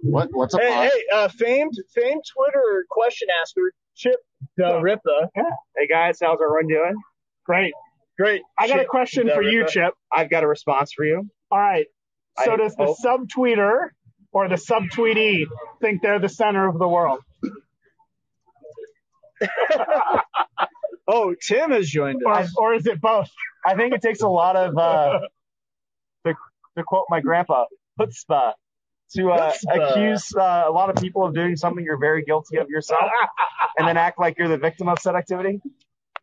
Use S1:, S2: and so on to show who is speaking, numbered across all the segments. S1: What? What's up,
S2: Hey,
S1: Oz?
S2: hey, uh, famed, famed Twitter question asker Chip Del Ripa.
S3: Hey guys, how's everyone doing? Great.
S2: Great.
S3: I got a
S2: Chip
S3: question for you,
S2: Delripa.
S3: Chip.
S2: I've got a response for you.
S3: All right. So
S2: I
S3: does the
S2: hope-
S3: subtweeter or the subtweetee think they're the center of the world?
S2: Oh, Tim has joined
S3: Or,
S2: us.
S3: or is it both?
S4: I think it takes a lot of, uh, to, to quote my grandpa, chutzpah, to uh,
S2: Chutzpah.
S4: accuse uh, a lot of people of doing something you're very guilty of yourself and then act like you're the victim of said activity.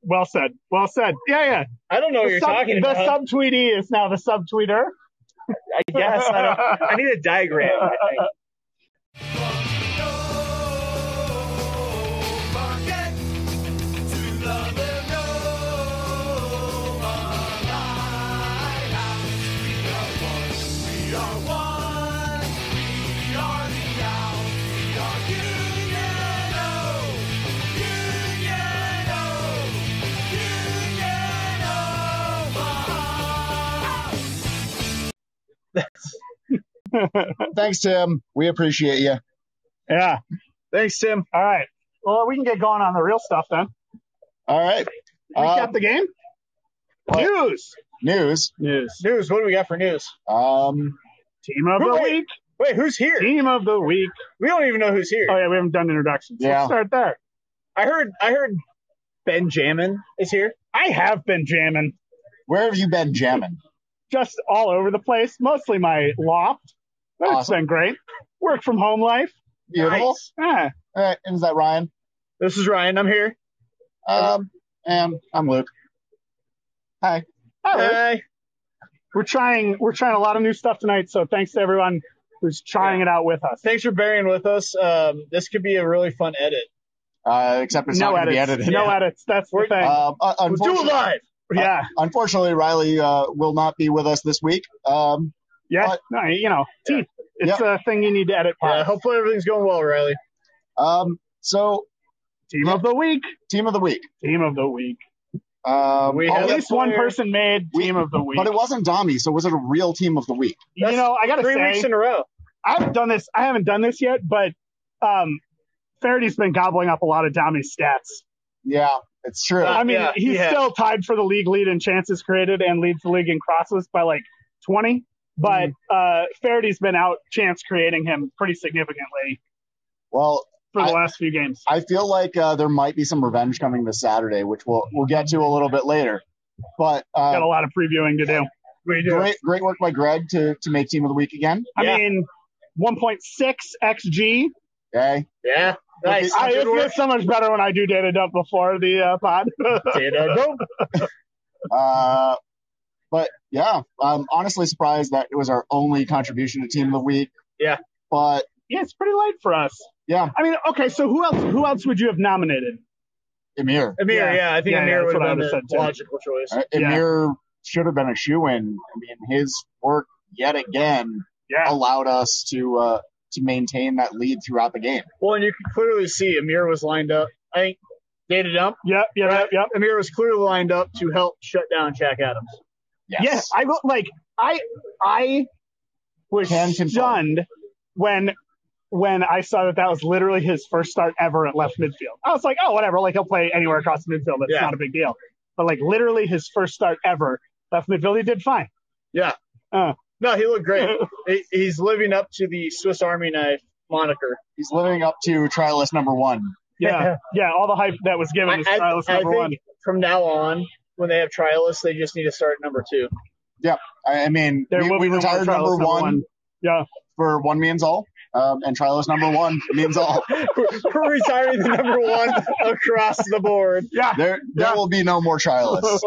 S3: Well said. Well said. Yeah, yeah.
S2: I don't know what
S3: the
S2: Oh, you're
S3: sub-
S2: talking
S3: the
S2: about.
S3: subtweetee is now the subtweeter.
S2: I guess. I, don't, I need a diagram. I think.
S1: Thanks, Tim. We appreciate you.
S3: Yeah.
S2: Thanks, Tim.
S3: All right. Well, we can get going on the real stuff then.
S1: All right. Uh,
S3: Recap the game.
S1: what?
S3: News.
S1: news.
S3: News.
S2: News. What do we got for news?
S1: Um,
S3: Team of the
S2: Wait.
S3: week.
S2: Wait, who's here?
S3: Team of the week.
S2: We don't even know who's here.
S3: Oh yeah, we haven't done introductions.
S1: Yeah.
S3: Let's start there.
S2: I heard. I heard. Benjamin is here.
S3: I have been jamming.
S1: where have you been jamming?
S3: just all over the place, mostly my loft. That's
S1: Awesome.
S3: been great. Work from home life. Ah,
S1: Beautiful.
S2: Nice.
S3: Yeah.
S1: All right. Is that Ryan?
S2: This is Ryan. I'm here.
S1: Um, and I'm Luke. Hi.
S3: I like-
S2: Hi.
S3: We're trying we're trying a lot of new stuff tonight, so thanks to everyone who's trying it out with us.
S2: Thanks for bearing with us. Um, this could be a really fun edit.
S1: Uh, except it's
S3: no
S1: not going to
S3: edits.
S1: be edited.
S3: No edits. That's the
S2: We're-
S3: thing.
S1: Um, uh,
S2: We'll do it
S1: unfortunately,
S2: live.
S3: yeah.
S1: unfortunately, Riley uh, will not be with us this week. Um,
S3: Yeah.
S1: but-
S3: no, you know, teeth. It's a thing you need to edit part.
S2: Yeah, hopefully everything's going well, Riley.
S1: um, so
S3: Team
S1: Yeah.
S3: of the week.
S1: team of the week.
S3: Team of the week.
S1: Um,
S2: We
S1: oh,
S2: had
S3: At
S2: Yeah,
S3: least
S2: that's
S3: one
S2: where-
S3: person made
S1: We-
S3: team of the week.
S1: but it wasn't Dommy, so was it a real team of the week?
S3: you
S2: That's
S3: know, I gotta
S2: Three
S3: say
S2: weeks in a row.
S3: I haven't done this. I haven't done this yet, but um, Faraday's been gobbling up a lot of Dommy's stats.
S1: Yeah, it's true.
S2: Uh,
S3: I mean,
S2: Yeah,
S3: he's
S2: he has.
S3: still tied for the league lead in chances created and leads the league in crosses by like 20. But uh, Faraday's been out chance creating him pretty significantly
S1: well,
S3: for the
S1: I-
S3: last few games.
S1: I feel like uh, there might be some revenge coming this Saturday, which we'll we'll get to a little bit later. But
S3: Got a
S1: uh,
S3: lot of previewing to do.
S2: We do.
S1: great great work by Greg to to make team of the week again.
S3: I
S2: Yeah.
S3: mean, 1.6 XG.
S1: Okay,
S2: Yeah. Nice.
S3: I, it
S2: Good work.
S3: feels so much better when I do data dump before the uh, pod.
S2: Data dump.
S1: uh, but yeah, I'm honestly surprised that it was our only contribution to team of the week.
S2: Yeah.
S1: but
S3: yeah, it's pretty late for us.
S1: Yeah.
S3: I mean, okay, so who else? Who else would you have nominated?
S1: Emir.
S2: Amir,
S3: Yeah.
S2: yeah. I think
S3: Yeah, yeah,
S2: Amir
S3: that's
S2: would
S3: what I
S2: have
S3: would've
S2: been
S3: said
S2: the
S3: too.
S2: logical choice.
S1: Uh,
S3: Yeah.
S1: Emir should have been a shoe in. I mean, his work yet again
S3: Yeah.
S1: allowed us to uh, to maintain that lead throughout the game.
S2: Well, and you can clearly see Amir was lined up. I think data dump.
S3: Yep, yep,
S2: Right.
S3: yep, yep.
S2: Amir was clearly lined up to help shut down Jack Adams.
S1: Yes.
S3: Yeah, I will like I I was
S1: Can confirm.
S3: stunned when when I saw that that was literally his first start ever at left midfield. I was like, oh, whatever, like he'll play anywhere across the midfield. That's
S2: Yeah.
S3: not a big deal. But like literally his first start ever left midfield, he did fine.
S2: No, he looked great. He- He's living up to the Swiss Army knife moniker.
S1: He's living up to trial list number one.
S3: Yeah, yeah. All the hype that was given is
S2: I- I-
S3: trialist
S2: I
S3: number
S2: think-
S3: one.
S2: From now on, when they have trialists, they just need to start at number two.
S1: I I mean,
S3: There
S1: we,
S3: will
S1: we
S3: be no more
S1: retired
S3: trialist
S1: number,
S3: number
S1: one,
S3: one. Yeah,
S1: for one means all, um, and trialist number one means all.
S2: We're retiring the number one across the board.
S3: yeah.
S1: There, there
S3: Yeah.
S1: will be no more trialists.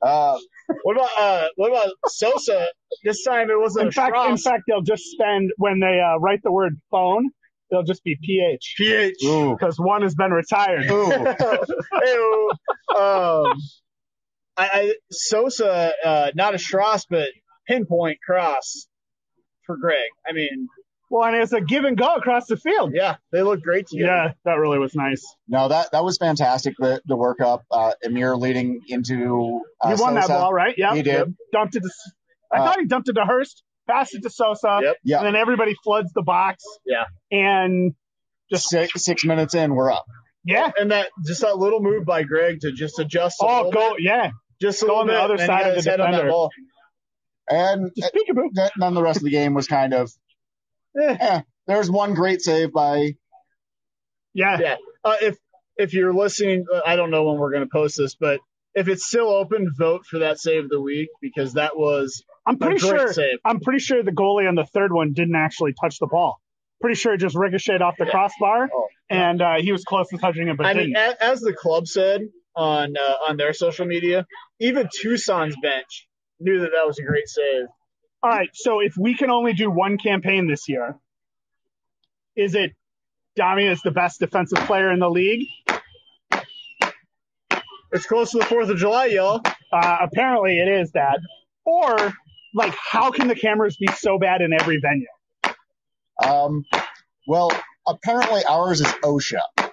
S1: Uh,
S2: What about uh, what about Sosa? This time it wasn't
S3: In
S2: a
S3: fact, in
S2: Strauss.
S3: fact, they'll just spend when they uh, write the word phone, they'll just be ph
S2: PH.
S1: ooh,
S3: because one has been retired.
S1: ooh.
S2: Ew. um, I, I Sosa, uh, not a Strauss, but pinpoint cross for Greg. I mean,
S3: Well, and it's a give and go across the field.
S2: yeah, they look great together.
S3: Yeah, that really was nice.
S1: No, that that was fantastic. The the workup, uh, Emir leading into. Uh,
S3: He won that
S1: Sosa.
S3: ball, right? Yeah,
S1: He did.
S3: Dumped it. To, I
S1: Uh,
S3: thought he dumped it to Hurst, Bassett to Sosa.
S2: Yep.
S1: Yeah.
S3: And then everybody floods the box.
S2: Yeah.
S3: And
S1: Just six, six minutes in, we're up.
S3: yeah.
S2: And that just that little move by Greg to just adjust. a
S3: Oh,
S2: little
S3: go.
S2: bit,
S3: Yeah.
S2: just a
S3: go
S2: little
S3: on the
S2: bit,
S3: other
S2: and he
S3: side
S2: had
S3: of the
S2: his head on that
S3: defender.
S2: ball.
S1: And uh,
S3: Just peekaboo.
S1: that, then the rest of the game was kind of.
S2: Eh.
S1: Eh, there's one great save by.
S3: Yeah.
S2: Yeah. Uh, if if you're listening, uh, I don't know when we're going to post this, but if it's still open, vote for that save of the week because that was
S3: I'm
S2: a
S3: pretty
S2: great
S3: sure.
S2: save.
S3: I'm pretty sure the goalie on the third one didn't actually touch the ball. Pretty sure it just ricocheted off the
S2: Yeah.
S3: crossbar,
S2: Oh.
S3: and uh, he was close to touching it, but
S2: I
S3: didn't.
S2: mean, a, as the club said on uh, on their social media, even Tucson's bench knew that that was a great save.
S3: All right, so if we can only do one campaign this year, is it Dami is the best defensive player in the league?
S2: It's close to the Fourth of July, y'all.
S3: Uh, apparently, it is that. Or like, how can the cameras be so bad in every venue?
S1: Um, well, apparently ours is OSHA.
S3: Wait,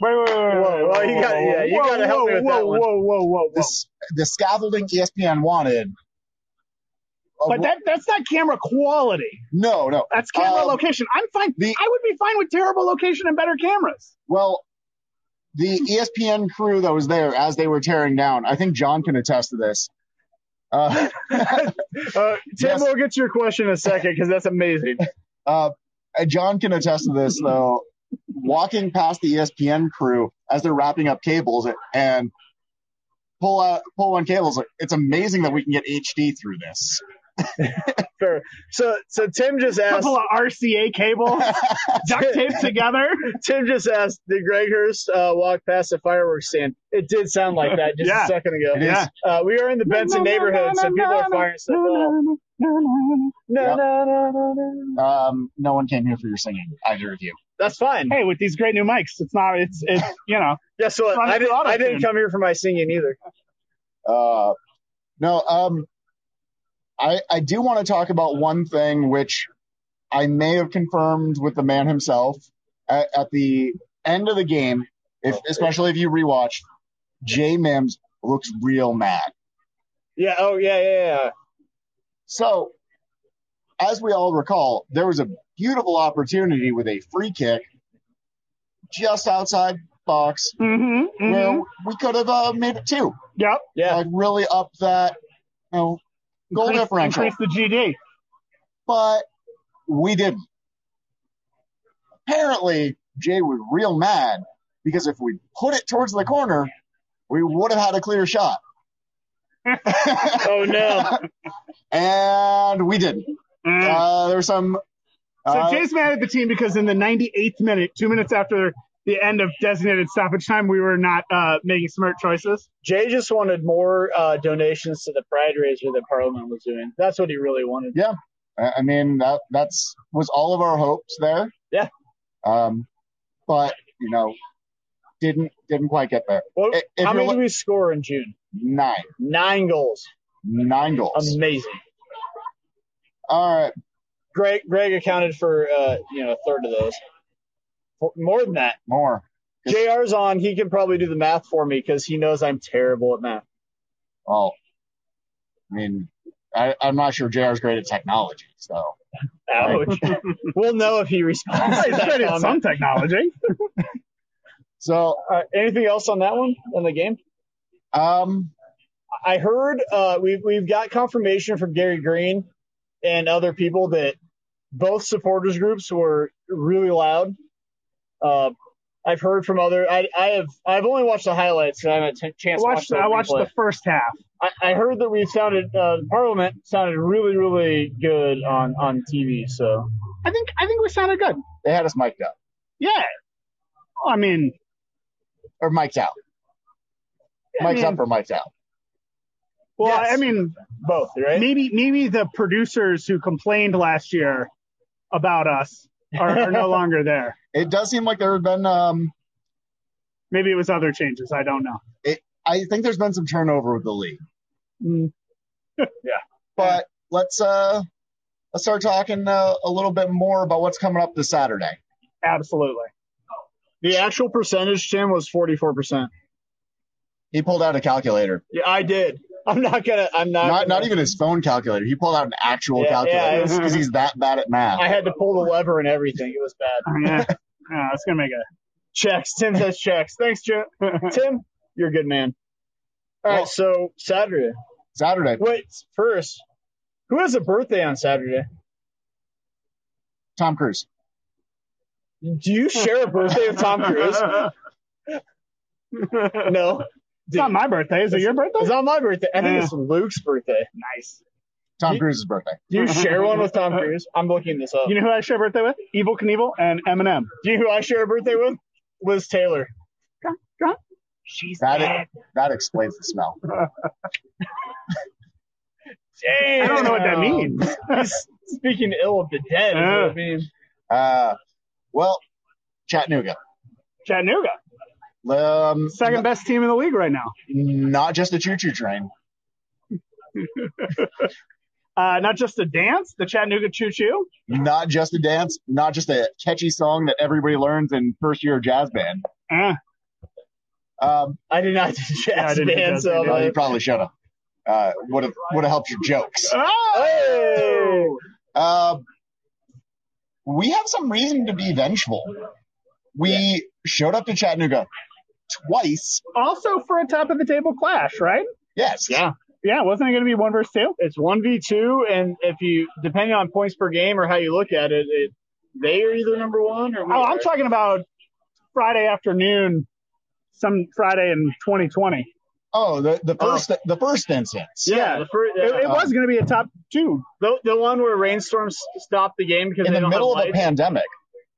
S3: wait, wait, wait,
S2: Whoa, well, you gotta- yeah, you
S3: whoa,
S2: gotta help
S3: whoa,
S2: me with
S3: whoa,
S2: that one.
S3: Whoa, whoa, whoa, whoa.
S1: This the scaffolding E ESPN wanted. Uh,
S3: but that, that's not camera quality.
S1: no, no.
S3: That's
S2: Oh.
S3: camera
S1: Um,
S3: location. I'm fine.
S1: the-
S3: I would be fine with terrible location and better cameras.
S1: Well, the E ESPN crew that was there as they were tearing down, I think John can attest to this. Uh,
S2: Uh, Tim,
S1: Yes.
S2: we'll get to your question in a second because that's amazing.
S1: uh, John can attest to this though. Walking past the E ESPN crew as they're wrapping up cables and pull out pull one cables, it's amazing that we can get HD through this.
S2: Fair. So, so Tim just asked.
S3: Couple of RCA cables duct taped together.
S2: Tim just asked, did Greg Hurst uh, walk past a fireworks stand? It did sound like that just
S3: Yeah.
S2: a second ago.
S1: It is.
S3: Yeah.
S2: Uh, we are in the Benson neighborhood, so people are firing stuff off.
S1: Yeah.
S2: No, no, no, no, no.
S1: Um, no one came here for your singing, either of you.
S2: That's fine.
S3: Hey, with these great new mics, it's not. It's it's you know.
S2: Guess what?
S3: Run it
S2: I
S3: through
S2: didn't, I
S3: auto-tune.
S2: didn't come here for my singing either.
S1: Uh, no, um, I I do want to talk about one thing which I may have confirmed with the man himself at, at the end of the game, if especially if you rewatch, J Mims looks real mad.
S2: Yeah. Oh, yeah, yeah, yeah.
S1: So, as we all recall, there was a beautiful opportunity with a free kick just outside box
S3: hmm
S1: where we could have uh, made it two,
S3: Yep.
S2: Yeah.
S1: like really up that you know, goal
S3: Increase-
S1: differential.
S3: Increase the GD.
S1: but we didn't. Apparently, Jay was real mad because if we put it towards the corner, we would have had a clear shot.
S2: Oh, no.
S1: and we didn't.
S3: Mm.
S1: Uh, there was some.
S3: so
S1: uh,
S3: Jay's mad at the team because in the 98th minute, two minutes after the end of designated stoppage time, we were not uh, making smart choices.
S2: Jay just wanted more uh, donations to the Pride Raiser that Parliament was doing. That's what he really wanted.
S1: I I mean, that that's was all of our hopes there.
S2: Yeah.
S1: Um, but you know, didn't didn't quite get there.
S2: What,
S1: I- If
S2: how
S1: you're
S2: many
S1: lo-
S2: did we score in June?
S1: nine,
S2: Nine goals.
S1: nine goals.
S2: Amazing.
S1: all right.
S2: Greg, Greg accounted for uh, you know a third of those, For- more than that.
S1: More.
S2: Jr's on. He can probably do the math for me because he knows I'm terrible at math.
S1: Well, I mean, I, I'm not sure JR's great at technology, so
S2: Ouch. we'll know if he responds. to
S3: He's
S2: that
S3: good at some
S2: comment.
S3: technology.
S1: so
S2: All right, anything else on that one on the game?
S1: um
S2: I heard uh, we've we've got confirmation from Gary Green and other people that both supporters groups were really loud. Uh, I've heard from other. I, I have. I've only watched the highlights. So I haven't had a
S3: I
S2: chance to watch
S3: watched,
S2: the
S3: I watched
S2: replay.
S3: the first half.
S2: I, I heard that we sounded uh, Parliament sounded really really good on on TV. So
S3: I think I think we sounded good.
S1: they had us mic'd up
S3: Yeah. Well, I mean,
S1: or mic'd out,
S3: I
S1: mic'd
S3: mean-
S1: up or mic'd out.
S3: well,
S2: Yes.
S3: I mean,
S2: both right?
S3: maybe maybe the producers who complained last year about us are, are no longer there.
S1: It does seem like there have been um
S3: Maybe it was other changes. I don't know.
S1: I think there's been some turnover with the league,
S3: Mm.
S1: but let's uh let's start talking uh, a little bit more about what's coming up this Saturday.
S3: Absolutely.
S2: The actual percentage Tim was forty four percent.
S1: He pulled out a calculator.
S2: Yeah, I did. I'm not gonna. I'm not.
S1: Not
S2: gonna-
S1: not even his phone calculator. He pulled out an actual
S2: Yeah, yeah,
S1: calculator
S2: it
S1: because
S3: was-
S1: he's that bad at math.
S2: I had to pull the lever and everything. It was bad.
S3: yeah. yeah, it's gonna make a
S2: Checks. Tim says checks. Thanks, Jim. Tim, you're a good man. All right.
S1: Well-
S2: so Saturday.
S1: Saturday,
S2: Wait, first, who has a birthday on Saturday?
S1: Tom Cruise.
S2: Do you share a birthday with Tom Cruise? No.
S3: It's not my birthday. Is it your birthday?
S2: It's not my birthday. I think
S3: Yeah.
S2: it's Luke's birthday.
S3: Nice.
S1: Tom
S2: You-
S1: Cruise's birthday.
S2: Do you share one with Tom Cruise? I'm looking this up.
S3: You know who I share birthday with? Evil Knievel and Eminem.
S2: Do you know who I share a birthday with? Liz Taylor.
S3: She's
S1: That
S3: dead.
S1: it, that explains the smell.
S3: I don't know what that means.
S2: He's speaking ill of the dead. Is what I mean.
S1: Uh, well, Chattanooga.
S3: Chattanooga,
S1: Um,
S3: second best team in the league right now.
S1: n- not just a choo-choo train.
S3: Uh, not just the dance, the Chattanooga Choo Choo.
S1: Not just a dance. Not just a catchy song that everybody learns in first year of jazz band.
S3: Eh,
S1: Um,
S2: I did not do
S3: Yeah, I
S2: jazz
S3: didn't do
S2: band,
S3: jazz
S2: so
S3: band
S2: I'm
S1: well, you
S2: like,
S1: probably should have. Uh, would have would have helped your jokes.
S3: Oh!
S2: Oh! hey!
S1: Uh, we have some reason to be vengeful. We showed up to Chattanooga twice.
S3: also for a top of the table clash, right?
S1: Yes.
S2: Yeah.
S3: Yeah, wasn't it going to be one versus two?
S2: It's one v two, and if you depending on points per game or how you look at it, it they are either number one or we
S3: Oh,
S2: are.
S3: I'm talking about Friday afternoon, some Friday in 2020.
S1: Oh, the, the first the first instance.
S2: Yeah,
S3: Yeah.
S2: The, fir-
S3: It, it
S1: Um,
S3: was going to be a top two.
S2: the the one where rainstorms stopped the game because
S1: In
S2: they
S1: the
S2: don't
S1: middle
S2: have
S1: of a
S2: lights.
S1: pandemic.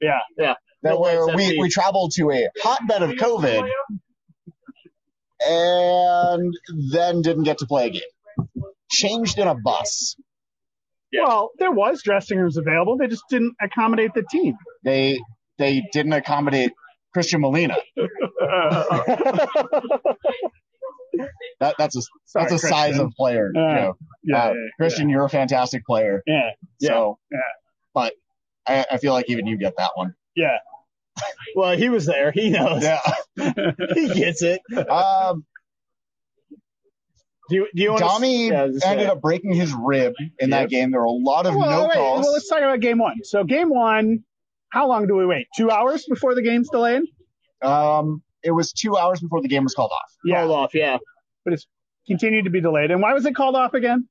S3: Yeah,
S2: yeah.
S1: That
S2: No
S1: where
S2: lights at
S1: we,
S2: the-
S1: we traveled to a hotbed of COVID and then didn't get to play a game. Changed in a bus.
S2: Yeah.
S3: Well, there was dressing rooms available. They just didn't accommodate the team.
S1: They they didn't accommodate Christian Molina. That, that's a
S3: Sorry,
S1: that's a size
S3: Christian.
S1: of player
S3: Uh,
S1: joke.
S3: Yeah,
S1: Uh,
S3: yeah,
S1: Christian, you're a fantastic player.
S3: yeah, Yeah,
S1: So,
S3: yeah.
S1: but I, I feel like even you get that one.
S3: yeah.
S2: Well, he was there. He knows.
S1: Yeah.
S2: he gets it.
S1: Um,
S2: Do you, do you want
S1: Tommy
S2: yeah, I was just
S1: ended
S2: saying.
S1: up breaking his rib in that game. There were a lot of
S3: Well,
S1: no
S3: wait,
S1: calls.
S3: well, let's talk about game one. So, game one, how long do we wait? Two hours before the game's delayed?
S1: um, it was two hours before the game was called off.
S2: called off? Yeah,
S3: Continued to be delayed. And why was it called off again?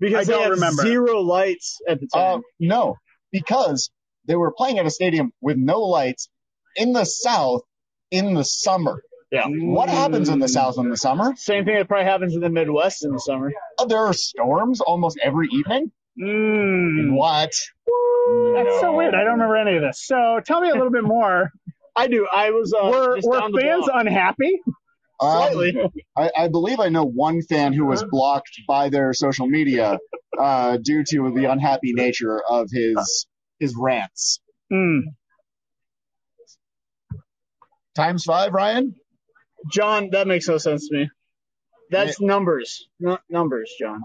S2: because
S3: I
S2: they Oh.
S3: don't
S2: had
S3: remember.
S2: zero lights at the
S1: Uh,
S2: time.
S1: no, because they were playing at a stadium with no lights in the South in the summer.
S2: yeah.
S1: What happens in the
S3: Mm.
S1: South in the summer?
S2: Same thing that probably happens in the Midwest in the summer.
S1: Uh, there are storms almost every evening.
S3: Mm.
S1: What?
S3: That's so
S1: No.
S3: weird. I don't remember any of this. So tell me a little bit more.
S2: I do. I was. Uh,
S3: were
S2: just
S3: were
S2: down the
S3: fans
S2: block.
S3: unhappy?
S1: Um,
S2: Slightly.
S1: I, I believe I know one fan who was blocked by their social media uh, due to the unhappy nature of his his rants.
S3: Mm.
S1: Times five, Ryan.
S2: John, that makes no sense to me. That's numbers, N- numbers, John.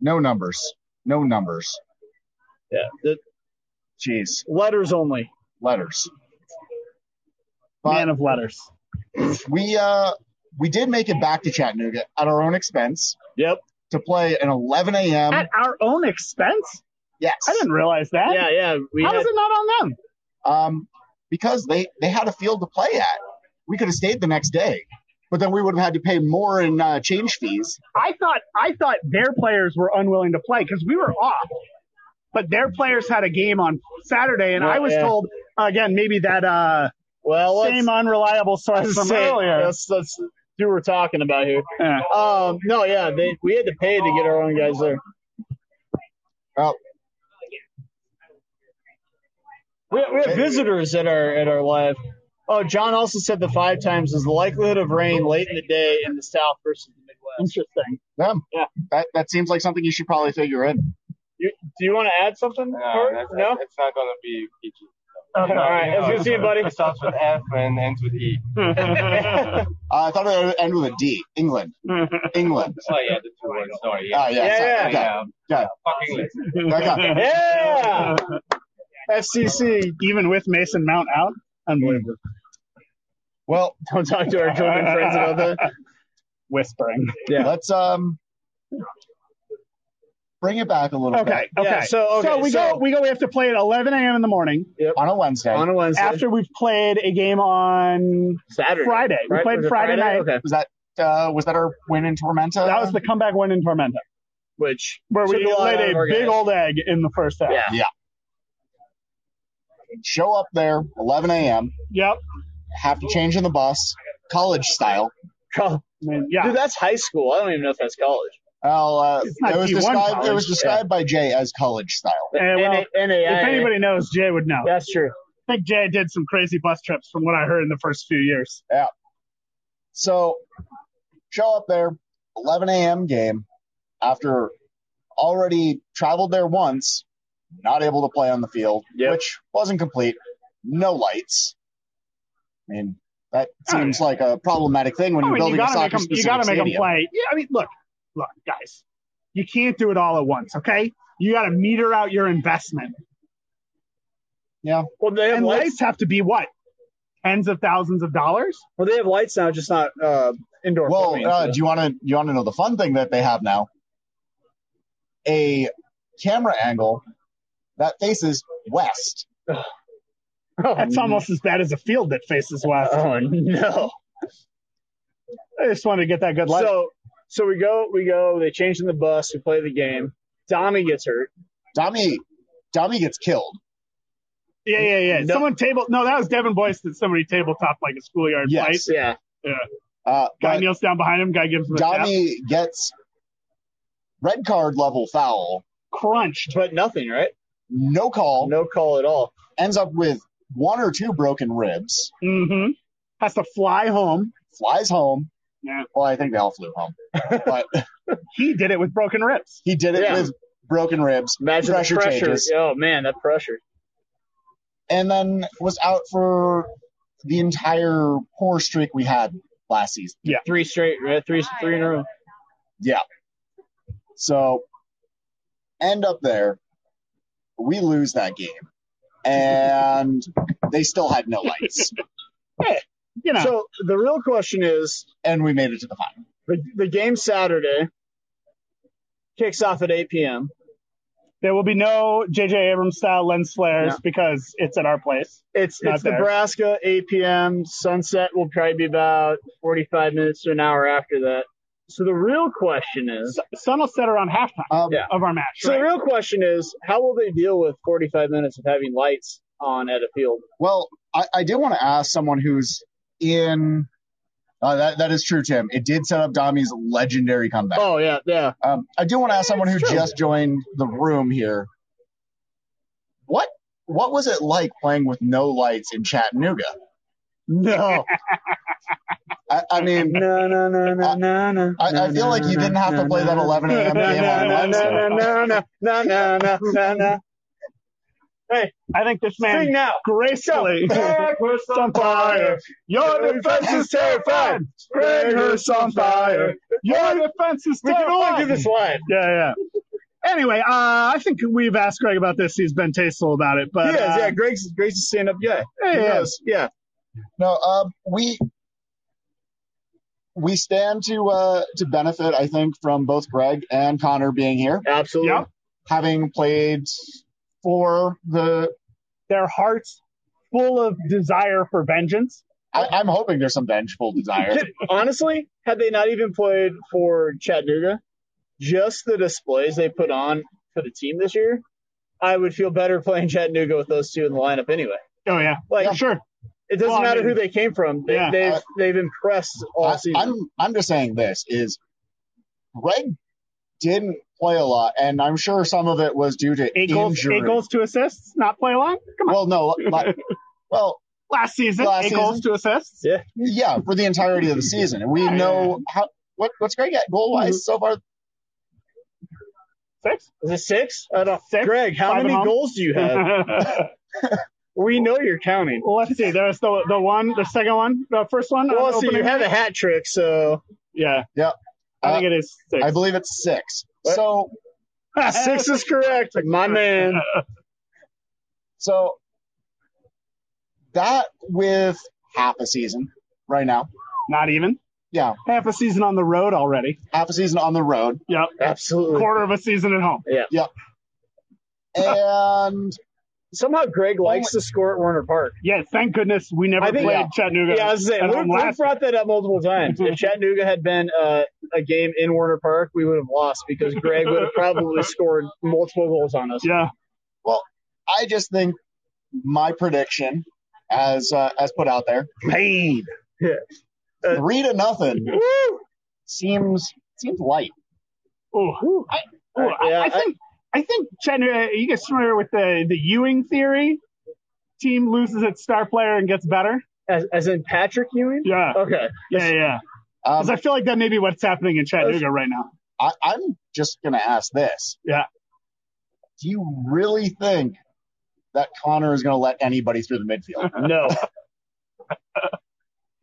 S1: No numbers. No numbers.
S2: Yeah, the
S1: Jeez,
S2: letters only.
S1: letters.
S3: Man of letters.
S1: We uh we did make it back to Chattanooga at our own expense
S2: Yep.
S1: to play an 11 a.m.
S3: At our own expense?
S1: yes.
S3: I didn't realize that.
S2: Yeah, yeah. We
S3: How
S2: had,
S3: was it not on them?
S1: um, because they, they had a field to play at. We could have stayed the next day, but then we would have had to pay more in uh, change fees.
S3: I thought I thought their players were unwilling to play because we were off, but their players had a game on Saturday, and
S2: Yeah,
S3: I was
S2: yeah.
S3: told again maybe that uh,
S2: well, let's,
S3: same unreliable source
S2: let's
S3: from
S2: say-
S3: earlier.
S2: Let's, let's do what we're talking about here.
S3: Yeah.
S2: Um, no, yeah, they, we had to pay to get our own guys there.
S1: Oh.
S2: We, we have visitors at our at our live. Oh, John also said the five times is the likelihood of rain late in the day in the South versus the Midwest.
S3: Interesting.
S1: Yeah.
S2: Yeah.
S1: That, that seems like something you should probably figure in.
S2: You, do you want to add something?
S5: No,
S2: Kurt?
S5: that's,
S2: no?
S5: it's not gonna be PG.
S2: Okay, all right. It's good to see you, buddy.
S5: It starts with F and ends with E.
S1: Uh, I thought it would end with a D. England. England.
S5: Oh yeah, the two words. Sorry.
S1: Ah, yeah.
S2: Yeah,
S1: exactly. yeah.
S5: Fucking list.
S1: Okay. Okay.
S2: Yeah.
S3: FCC even with Mason Mount out, unbelievable.
S1: Well,
S2: Don't talk to our Jordan friends about that.
S3: Mm. Whispering.
S2: Yeah.
S1: let's um Bring it back a little
S3: Okay.
S1: bit
S3: Okay.
S6: Yeah, so okay,
S3: so we
S6: so-
S3: go. We go. We have to play at 11 a.m. in the morning
S1: on a Wednesday.
S2: on a Wednesday,
S3: after we've played a game on
S2: Saturday,
S3: Friday. We
S2: Right?
S3: played
S2: Was it
S3: Friday night.
S2: Okay,
S1: was that uh, was that our win in Tormenta?
S3: That was the comeback win in Tormenta,
S2: which
S3: where we
S2: Took a lot
S3: laid
S2: out
S3: a
S2: of our
S3: big
S2: guys.
S3: old egg in the first half.
S2: yeah,
S1: show up there 11 a.m.
S3: Yep.
S1: Have to change in the bus, college style.
S3: I mean, yeah.
S2: dude, that's high school. I don't even know if that's college.
S1: Well, uh,
S3: It's not
S1: it was
S3: T1
S1: described it
S3: college,
S1: was described by Jay as college style.
S3: Eh, well,
S2: NA,
S3: if anybody knows, Jay would know.
S2: that's true.
S3: I think Jay did some crazy bus trips from what I heard in the first few years.
S1: So show up there 11 a.m. game after already traveled there once, not able to play on the field,
S2: Yep.
S1: which wasn't complete. No lights. I mean, that
S3: Oh,
S1: seems like a problematic thing when
S3: I
S1: you're
S3: mean, you
S1: building a
S3: gotta make
S1: soccer
S3: them. You gotta
S1: specific
S3: make them
S1: stadium.
S3: play. Yeah, I mean, look, look, guys, you can't do it all at once. Okay, you gotta meter out your investment,
S2: Well, they have
S3: and
S2: lights.
S3: lights have to be what tens of thousands of dollars.
S2: Well, they have lights now, just not uh, indoor.
S1: Well,
S2: plumbing,
S1: uh,
S2: so-
S1: do you want to you want to know the fun thing that they have now? A camera angle that faces west.
S3: That's almost as bad as a field that faces west.
S2: Mm-hmm. oh no!
S3: I just wanted to get that good light.
S2: So, so we go, we go. They change in the bus. We play the game. Donnie gets hurt.
S1: Dami Dami gets killed.
S3: yeah, yeah, yeah.
S2: No.
S3: Someone table. No, that was Devin Boyce that somebody tabletop like a schoolyard
S1: Yes.
S3: fight.
S2: Yeah,
S1: Uh,
S3: Guy
S1: but
S3: kneels down behind him. Guy gives him a tap.
S1: Dami gets red card level foul,
S3: Crunched.
S2: but nothing, right?
S1: no call,
S2: No call at all.
S1: ends up with one or two broken ribs,
S3: Mm-hmm. Has to fly home.
S1: flies home.
S3: Yeah.
S1: Well, I think they all flew home, but
S3: He did it with broken ribs.
S1: he did it
S2: Yeah.
S1: with broken ribs.
S2: Imagine
S1: Pressure
S2: the pressure.
S1: changes.
S2: Oh man, that pressure.
S1: and then was out for the entire poor streak we had last season.
S2: Three straight, right? Three, three in a row.
S1: So end up there, we lose that game, and they still had no lights,
S3: You know.
S2: So the real question is,
S1: and we made it to the final.
S2: the, the game Saturday kicks off at 8 p.m.
S3: There will be no J.J. Abrams style lens flares
S2: No.
S3: because it's at our place.
S2: It's
S3: Not
S2: it's
S3: there.
S2: Nebraska, 8 p.m. Sunset will probably be about 45 minutes to an hour after that. So the real question is,
S3: S- Sun will set around halftime
S1: Um,
S2: Yeah.
S3: of our match.
S2: so the
S3: right?
S2: real question is, how will they deal with 45 minutes of having lights on at a field?
S1: Well, I, I did want to ask someone who's in. Uh, that that is true, Tim. It did set up Dami's legendary comeback.
S2: Oh yeah, yeah.
S1: Um, I do want to ask someone who
S2: It's true.
S1: just joined the room here. What what was it like playing with no lights in Chattanooga?
S2: No,
S1: I, I mean,
S2: no, no, no, no,
S1: I-
S2: no, no.
S1: I, I
S2: no,
S1: feel
S2: no,
S1: like you
S2: no,
S1: didn't have
S2: no,
S1: to play
S2: no,
S1: that
S2: no,
S1: 11
S2: no,
S1: a.m.
S2: no,
S1: game on
S2: no,
S1: Wednesday.
S2: No, no, no, no, no, no, no, no.
S3: I think this
S2: Sing
S3: man
S2: now.
S3: gracefully.
S7: Backwards on fire.
S3: Your defense is terrified. Greg Hurst on fire. Your defense is
S2: We can only do
S3: terrified.
S2: this live.
S3: Yeah, yeah. Anyway, uh, I think we've asked Greg about this. He's been tasteful about it, but
S2: He is,
S3: uh,
S2: yeah. Greg's Greg's a stand up guy.
S3: yeah,
S2: He
S3: yeah.
S2: knows, yeah.
S1: No, um, we we stand to uh, to benefit, I think, from both Greg and Connor being here,
S2: Absolutely.
S3: Yep.
S1: having played for the.
S3: their hearts full of desire for vengeance.
S1: I, I'm hoping there's some vengeful desire.
S2: Kid- Honestly, had they not even played for Chattanooga, just the displays they put on for the team this year, I would feel better playing Chattanooga with those two in the lineup anyway.
S3: Oh yeah,
S2: Like
S3: for sure.
S2: it doesn't
S3: Well, I
S2: matter
S3: mean-
S2: who they came from. They,
S3: Yeah.
S2: they've
S1: I-
S2: they've impressed all
S1: I,
S2: season.
S1: I'm I'm just saying this is Greg didn't play a lot, and I'm sure some of it was due to
S3: Eight goals,
S1: injury.
S3: eight goals to assists, not play a lot.
S1: Well, no, like, well,
S3: Last season,
S1: Last
S3: eight goals
S1: season.
S3: to assists.
S2: Yeah.
S1: Yeah, for the entirety of the season. And we
S3: Yeah,
S1: know how what what's Greg at goal wise so far.
S3: Six.
S2: Is it six? I don't.
S3: Six?
S2: Greg, how
S3: Five at
S2: many
S3: home?
S2: goals do you have? we know you're counting.
S3: Well, let's see. There's the the one, the second one, the first one. on
S2: Well, so you
S3: opening
S2: had
S3: night.
S2: a hat trick, so
S3: Yeah.
S1: Yep.
S2: Uh,
S3: I think it is six.
S1: I believe it's six.
S2: What?
S1: So
S2: six is correct, my man.
S1: so that with half a season right now.
S3: Not even.
S1: Yeah,
S3: half a season on the road already.
S1: half a season on the road,
S3: Yep.
S2: Absolutely.
S3: Quarter of a season at home.
S1: and
S2: Somehow Greg likes to score at Werner Park.
S3: Yeah, thank goodness we never
S2: I think-
S3: played
S1: yeah.
S3: Chattanooga.
S2: Yeah, I was saying
S3: at
S2: Luke,
S3: home
S2: Luke
S3: last
S2: brought that up multiple times. If Chattanooga had been uh, a game in Warner Park, we would have lost because Greg would have probably scored multiple goals on us.
S3: Yeah.
S1: I just think my prediction, as uh, as put out there,
S2: Pain. Uh,
S1: three to nothing seems seems light.
S3: Ooh. I, ooh, I-
S2: Yeah,
S3: I,
S2: I-
S3: think I think Chattanooga. You guys familiar with the the Ewing theory? Team loses its star player and gets better.
S2: As, as in Patrick Ewing?
S3: Yeah,
S2: Okay.
S3: yeah, yeah.
S1: Um,
S3: Because I feel like that may be what's happening in Chattanooga right now.
S1: I, I'm just going to ask this.
S3: Yeah.
S1: Do you really think that Connor is going to let anybody through the midfield?
S3: Uh-huh.
S2: No.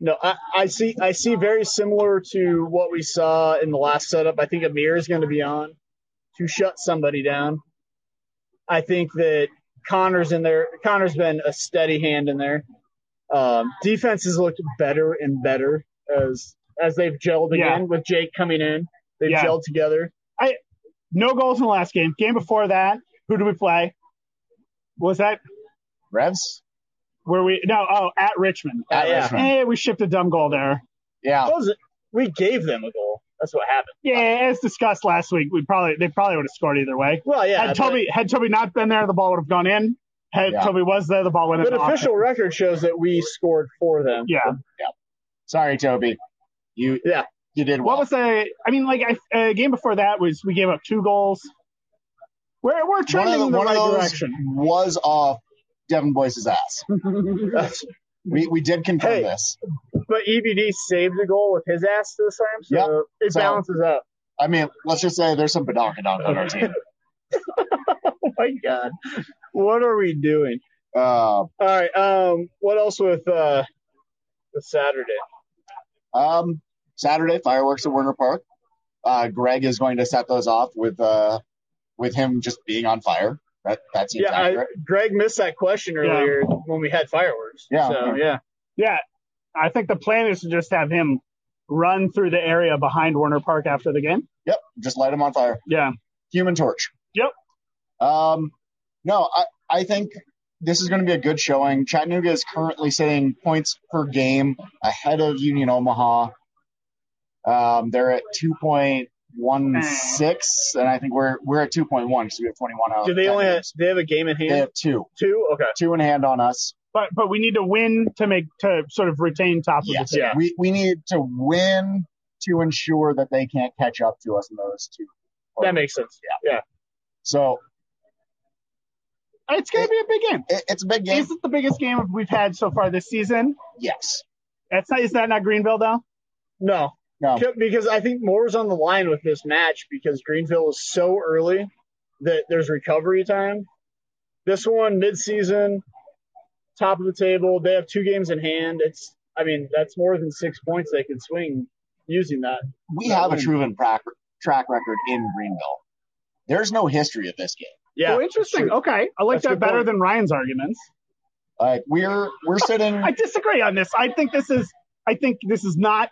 S2: No, I, I see. I see very similar to what we saw in the last setup. I think Amir is going to be on to shut somebody down. I think that Connor's in there. Connor's been a steady hand in there. Um, defenses looked better and better as as they've gelled
S3: Yeah.
S2: again with Jake coming in. They've
S3: Yeah.
S2: gelled together.
S3: No goals in the last game. Game before that, who do we play? Was that
S1: Revs?
S3: where we? No, oh, at Richmond.
S2: Uh,
S1: At
S2: yeah.
S1: Richmond.
S3: Eh, we shipped a dumb goal there.
S1: Yeah.
S2: What was it? We gave them a goal. That's what happened.
S3: Yeah, as discussed last week, we probably they probably would have scored either way.
S2: Well, yeah.
S3: had
S2: but-
S3: Toby had Toby not been there, the ball would have gone in. Had
S1: Yeah.
S3: Toby was there, the ball went in.
S2: But
S3: the
S2: official record shows that we scored for them.
S3: Yeah.
S1: Sorry, Toby. You
S2: Yeah.
S1: you did well.
S3: What was the? I mean, like I, a game before that was we gave up two goals. We're we're
S1: one
S3: trending
S1: of, the,
S3: in the
S1: one
S3: right
S1: of those
S3: direction.
S1: was off Devin Boyce's ass. We, we did confirm
S2: Hey.
S1: this.
S2: But EBD saved the goal with his ass this time, so it
S1: So-
S2: balances out.
S1: I mean, let's just say there's some badonkadonk on our team.
S2: Oh my god, what are we doing?
S1: Uh,
S2: All right, um, what else with uh, the Saturday?
S1: um, Saturday, fireworks at Werner Park. Uh, Greg is going to set those off with uh, with him just being on fire. That, that seems
S2: Yeah, I,
S1: accurate.
S2: Greg missed that question earlier when we had fireworks.
S1: Yeah.
S2: so, yeah,
S3: Yeah, I think the plan is to just have him run through the area behind Warner Park after the game.
S1: Yep, just light him on fire.
S3: Yeah,
S1: Human Torch.
S3: Yep.
S1: Um, no, I, I think this is going to be a good showing. Chattanooga is currently sitting points per game ahead of Union Omaha. Um, they're at 2.16, and I think we're we're at 2.1 because we have 21 out.
S2: do
S1: of
S2: they
S1: 10
S2: only have,
S1: games.
S2: they have a game in hand?
S1: They have two,
S2: Two? Okay.
S1: two in hand on us.
S3: but but we need to win to make to sort of retain top of
S1: Yes,
S3: the table.
S2: Yeah.
S1: we we need to win to ensure that they can't catch up to us in those two.
S2: That makes sense.
S1: So
S3: It's going to be a big game.
S1: it, it's a big game.
S3: Is it the biggest game we've had so far this season?
S1: yes.
S3: That's not, is that not Greenville though?
S2: No,
S1: No.
S2: Ca- because I think more's on the line with this match because Greenville is so early that there's recovery time. This one, midseason, top of the table. They have two games in hand. It's, I mean, that's more than six points they could swing using that.
S1: we have a proven pra- track record in Greenville. There's no history of this game.
S2: Yeah,
S3: oh, interesting. Okay, I like
S2: That's a
S3: that
S2: good
S3: better
S2: point.
S3: than Ryan's arguments.
S1: Like we're we're sitting.
S3: I disagree on this. I think this is I think this is not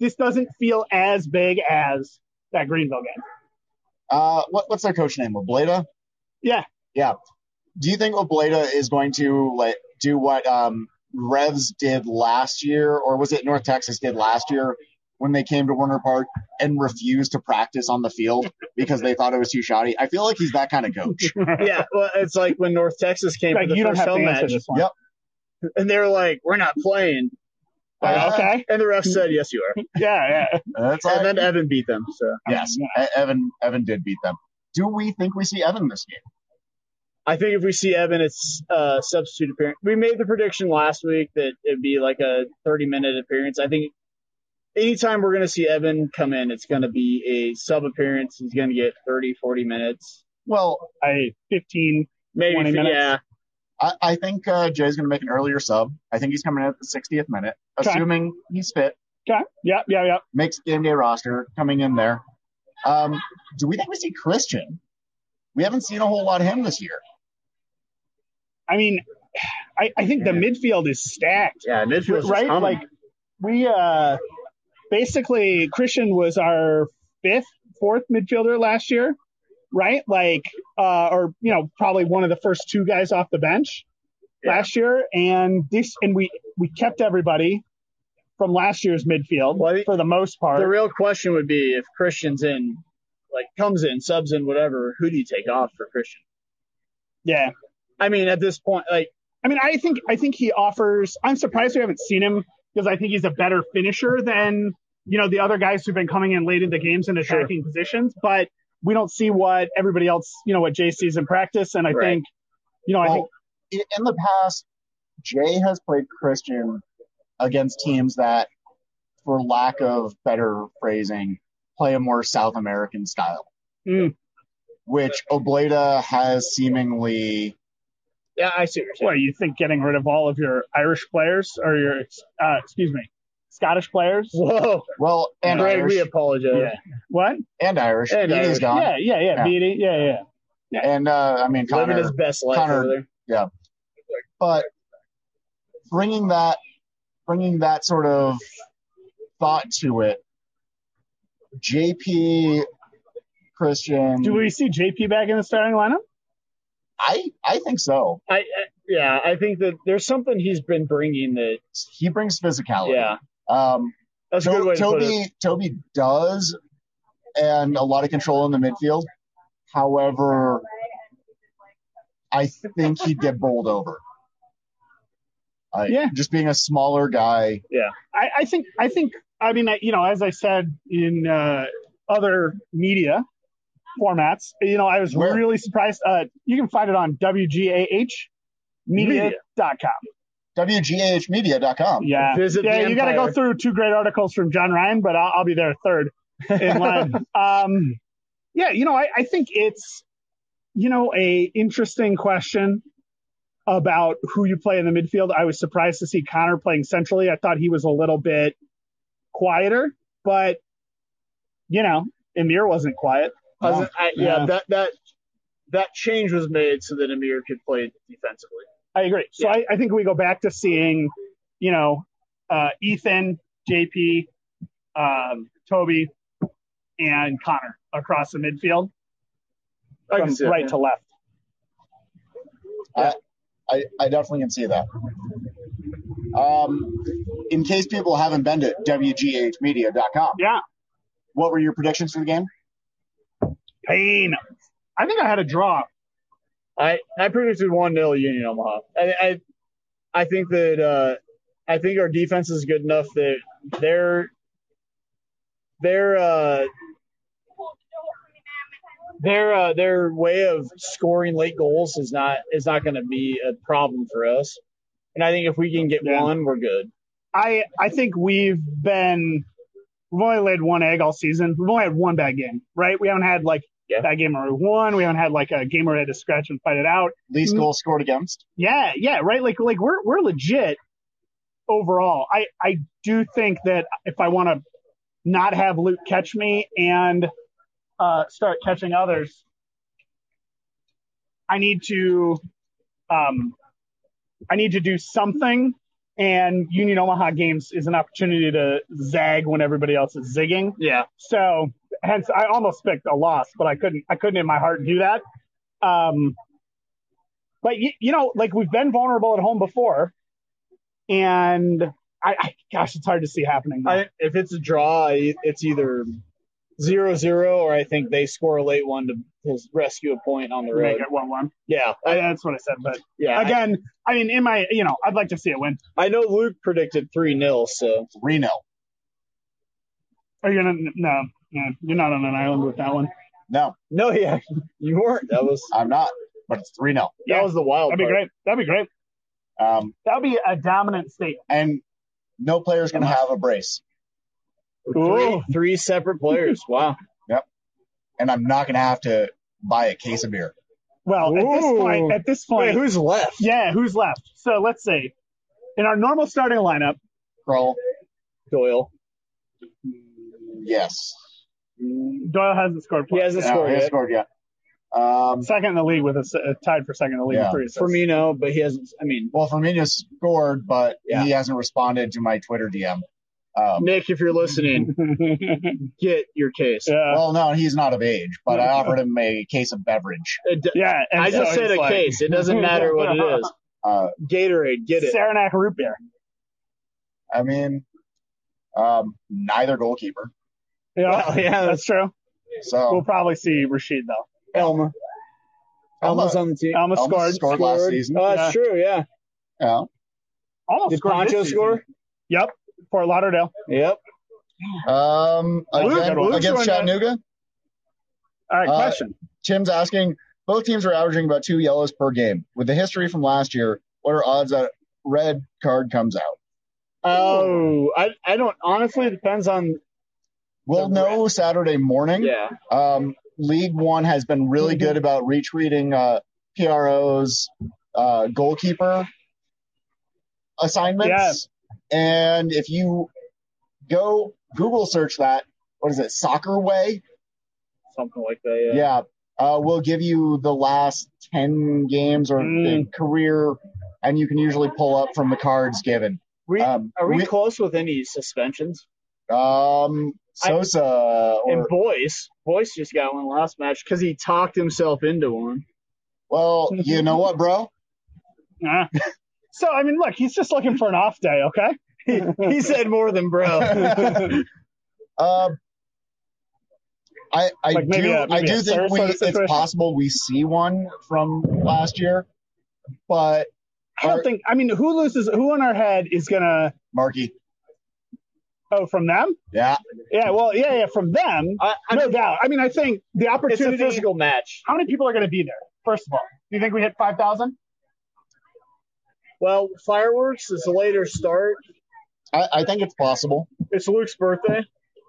S3: this doesn't feel as big as that Greenville game.
S1: Uh, what, what's their coach name? Obleda.
S3: Yeah.
S1: Yeah. Do you think Obleda is going to like do what um, Revs did last year, or was it North Texas did last year when they came to Warner Park and refused to practice on the field because they thought it was too shoddy? I feel like he's that kind of coach.
S2: yeah. Well, it's like when North Texas came
S3: Like,
S2: for the
S3: you don't
S2: first
S3: have to
S2: home
S3: answer
S2: match,
S3: this one.
S1: Yep.
S2: and they were like, "We're not playing,"
S3: Like, Uh, okay.
S2: and the ref said, "Yes, you are."
S3: Yeah, yeah.
S1: That's
S2: And
S1: all.
S2: then Evan beat them. So
S1: yes, E- Evan. Evan did beat them. Do we think we see Evan this game?
S2: I think if we see Evan, it's uh, substitute appearance. We made the prediction last week that it'd be like a 30 minute appearance. I think anytime we're going to see Evan come in, it's going to be a sub appearance. He's going to get 30, 40 minutes.
S1: Well,
S3: I 15
S2: Maybe,
S3: 20 minutes.
S2: yeah.
S1: I, I think uh, Jay's going to make an earlier sub. I think he's coming in at the 60th minute,
S3: Okay.
S1: assuming he's fit,
S3: Okay. Yeah, yeah, yeah.
S1: makes game day roster, coming in there. Um, do we think we see Christian? We haven't seen a whole lot of him this year.
S3: I mean, I, I think the midfield is stacked.
S2: Yeah, midfield's
S3: right? Like we uh basically Christian was our fifth, fourth midfielder last year, right? Like, uh, or you know, probably one of the first two guys off the bench last year, and this, and we we kept everybody from last year's midfield
S2: Well, I think-
S3: for the most part.
S2: The real question would be if Christian's in, like comes in, subs in, whatever. Who do you take off for Christian?
S3: yeah,
S2: I mean, at this point, like
S3: I mean, I think I think he offers. I'm surprised we haven't seen him because I think he's a better finisher than you know the other guys who've been coming in late in the games in attacking positions. But we don't see what everybody else, you know, what Jay sees in practice, and I
S2: Right.
S3: think, you know, I think
S1: Well, i- in the past, Jay has played Christian against teams that, for lack of better phrasing, play a more South American style,
S2: Hmm.
S3: Mm.
S1: which Oblada has seemingly.
S2: yeah, I see what you're saying.
S3: Well, you think getting rid of all of your Irish players or your, uh, excuse me, Scottish players?
S2: Whoa,
S1: Well, and
S2: Greg,
S1: Irish.
S2: we apologize.
S3: What?
S1: and Irish.
S2: And
S1: He
S2: Irish,
S1: is gone.
S3: Yeah, yeah, yeah.
S1: Yeah.
S3: Beatty, yeah, yeah.
S1: And, uh, I mean,
S2: Living
S1: Connor.
S2: his best life
S1: Connor-
S2: over there.
S1: but bringing that bringing that sort of thought to it jp christian
S3: Do we see JP back in the starting lineup?
S1: i i think so
S2: I, I yeah, I think that there's something he's been bringing that
S1: he brings physicality
S2: yeah,
S1: um
S2: that's a
S1: To-
S2: good way to put it.
S1: toby toby does and a lot of control in the midfield however i think he'd get bowled over I,
S3: Yeah.
S1: just being a smaller guy
S3: I, I think I think I mean I- you know as I said in uh, other media formats, you know I was
S1: Where?
S3: really surprised. Uh, you can find it on WGAH media.com.
S1: wghmedia.com
S3: Yeah,
S2: Visit the
S3: yeah. You got to go
S2: Empire.
S3: through two great articles from John Ryan, but I'll, I'll be there third in line. um, yeah, you know, I, I think it's you know a interesting question about who you play in the midfield. I was surprised to see Connor playing centrally. I thought he was a little bit quieter, but you know, Emir wasn't quiet.
S2: I was- I- yeah,
S3: Yeah.
S2: that that that change was made so that Amir could play defensively.
S3: I agree. So I, I think we go back to seeing, you know, uh, Ethan, JP, um, Toby, and Connor across the midfield
S2: I can
S3: from
S2: see that,
S3: right
S2: yeah.
S3: to left.
S1: I, I definitely can see that. Um, in case people haven't been to WGHmedia.com,
S3: Yeah.
S1: what were your predictions for the game?
S3: Pain. I think I had a draw.
S2: I I predicted one 0 Union Omaha. I, I I think that uh, I think our defense is good enough that their their uh, their uh, their way of scoring late goals is not is not going to be a problem for us. And I think if we can get
S3: Yeah.
S2: one, we're good.
S3: I I think we've been we've only laid one egg all season. We've only had one bad game, right? We haven't had like
S2: Yeah.
S3: that game where we won. We haven't had like a game where we had to scratch and fight it out.
S1: Least
S3: Mm.
S1: goal scored against?
S3: Yeah, yeah, right. Like like we're we're legit overall. I I do think that if I want to not have Luke catch me and uh, start catching others, I need to um I need to do something. And Union Omaha games is an opportunity to zag when everybody else is zigging.
S2: Yeah.
S3: So hence I almost picked a loss, but I couldn't I couldn't in my heart do that. Um but you, you know, like we've been vulnerable at home before and I, I gosh, it's hard to see happening. now.
S2: I, if it's a draw, I- it's either zero zero or I think they score a late one to, to rescue a point on the
S3: make
S2: road.
S3: it one one.
S2: Yeah, I,
S3: That's what I said. But
S2: yeah. I-
S3: again, I mean in my you know, I'd like to see it win.
S2: I know Luke predicted three 0 so
S1: Reno.
S3: Are you gonna no, no, you're not on an island with that one.
S1: No,
S2: no, yeah, you weren't. That was
S1: I'm not, but it's Reno.
S3: Yeah.
S2: that was the wild.
S3: That'd
S2: part.
S3: be great. That'd be great.
S1: Um,
S3: That'd be a dominant state.
S1: and no player's going to have a brace,
S3: Ooh.
S2: Three, three separate players. Wow.
S1: and I'm not going to have to buy a case of beer.
S3: Well, at this point
S2: Ooh.
S3: at this point
S2: Wait, who's left?
S3: Yeah, who's left? So let's see. In our normal starting lineup,
S1: Kroll,
S2: Doyle.
S1: yes.
S3: Doyle hasn't scored
S2: He
S3: points.
S2: hasn't
S1: No,
S2: scored
S1: he hasn't
S2: yet.
S1: scored yet. Um,
S3: Second in the league with a s- uh, tied for second in the league
S1: Yeah.
S3: with three assists.
S2: Firmino, but he hasn't. I mean,
S1: well, Firmino scored, but
S2: Yeah.
S1: he hasn't responded to my Twitter DM. Um,
S2: Nick, if you're listening, get your case.
S3: yeah.
S1: well, no, he's not of age, but I offered him a case of beverage.
S2: It d-
S3: yeah and
S2: I just
S3: so
S2: said
S3: he's
S2: a
S3: like,
S2: case. It doesn't matter what it is.
S1: Uh,
S2: Gatorade, get it.
S3: Saranac root beer.
S1: I mean, um, neither goalkeeper.
S3: Yeah,
S2: Well, yeah, Oh.
S3: that's true. We'll
S1: So
S3: probably see Rashid though.
S2: Elma. Elma's on the team.
S3: Almost Uh,
S1: Elma
S3: scored.
S1: scored last
S2: Scored.
S1: season.
S2: Oh, that's true. Yeah.
S1: Yeah. Um,
S3: Almost
S2: Did
S3: scored this
S2: Poncho
S3: season.
S2: score?
S3: Yep. Fort Lauderdale.
S2: Yep.
S1: Um,
S3: Luke-
S1: again,
S3: Luke's
S1: against
S3: doing that.
S1: Chattanooga.
S3: All right,
S1: Uh,
S3: question.
S1: Tim's asking, both teams are averaging about two yellows per game. With the history from last year, what are odds that red card comes out?
S2: Oh, I, I don't. Honestly, it depends on.
S1: We'll
S2: The
S1: know Saturday morning.
S2: Yeah.
S1: Um, League One has been really
S2: Mm-hmm.
S1: good about retweeting uh, PRO's uh, goalkeeper assignments. And if you go Google search that, what is it, Soccer Way?
S2: Something like that. Yeah.
S1: Yeah. Uh, we'll give you the last 10 games or
S3: Mm.
S1: uh, career, and you can usually pull up from the cards given.
S2: We,
S1: Um,
S2: are we
S1: we-
S2: close with any suspensions?
S1: Um, Sosa or,
S2: and Boyce, Boyce just got one last match because he talked himself into one.
S1: well, you know what, bro?
S3: Nah. So I mean, look, he's just looking for an off day, okay?
S2: He, he said more than bro.
S1: Um, I I
S3: Like maybe
S1: do
S3: a-
S1: I
S3: maybe a
S1: do think
S3: third
S1: we,
S3: sort of
S1: it's
S3: situation?
S1: possible we see one from last year, but
S3: I don't
S1: Or-
S3: think. I mean, who loses? Who in our head is gonna?
S1: Marky,
S3: Oh, from them?
S1: yeah,
S3: Yeah. Well, yeah, yeah, from them.
S2: I, I
S3: no
S2: mean,
S3: doubt. I mean, I think the
S2: it's a
S3: opportunity.
S2: physical match.
S3: how many people are going to be there? First of all, do you think we hit five thousand?
S2: Well, fireworks is a later start.
S1: I, I think it's possible.
S2: It's Luke's birthday.
S1: I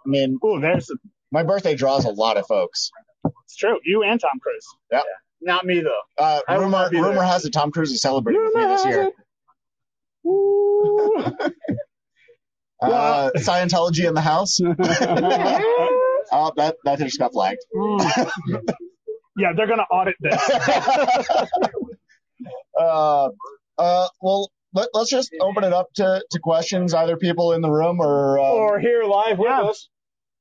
S1: mean,
S3: Ooh, there's
S1: my birthday draws a lot of folks.
S3: it's true. You and Tom Cruise.
S2: Not me though.
S1: Uh,
S2: I will
S1: rumor
S2: not be there.
S1: rumor has it Tom Cruise is celebrating with me
S3: Rumor
S1: this
S3: has
S1: year.
S3: it. Ooh.
S1: Uh, Scientology in the house. Uh, that that just got flagged.
S3: yeah, they're going to audit this.
S1: uh, uh, well, let, let's just open it up to, to questions, either people in the room or. Um,
S2: Or Oh, here live with
S3: Yeah.
S2: us.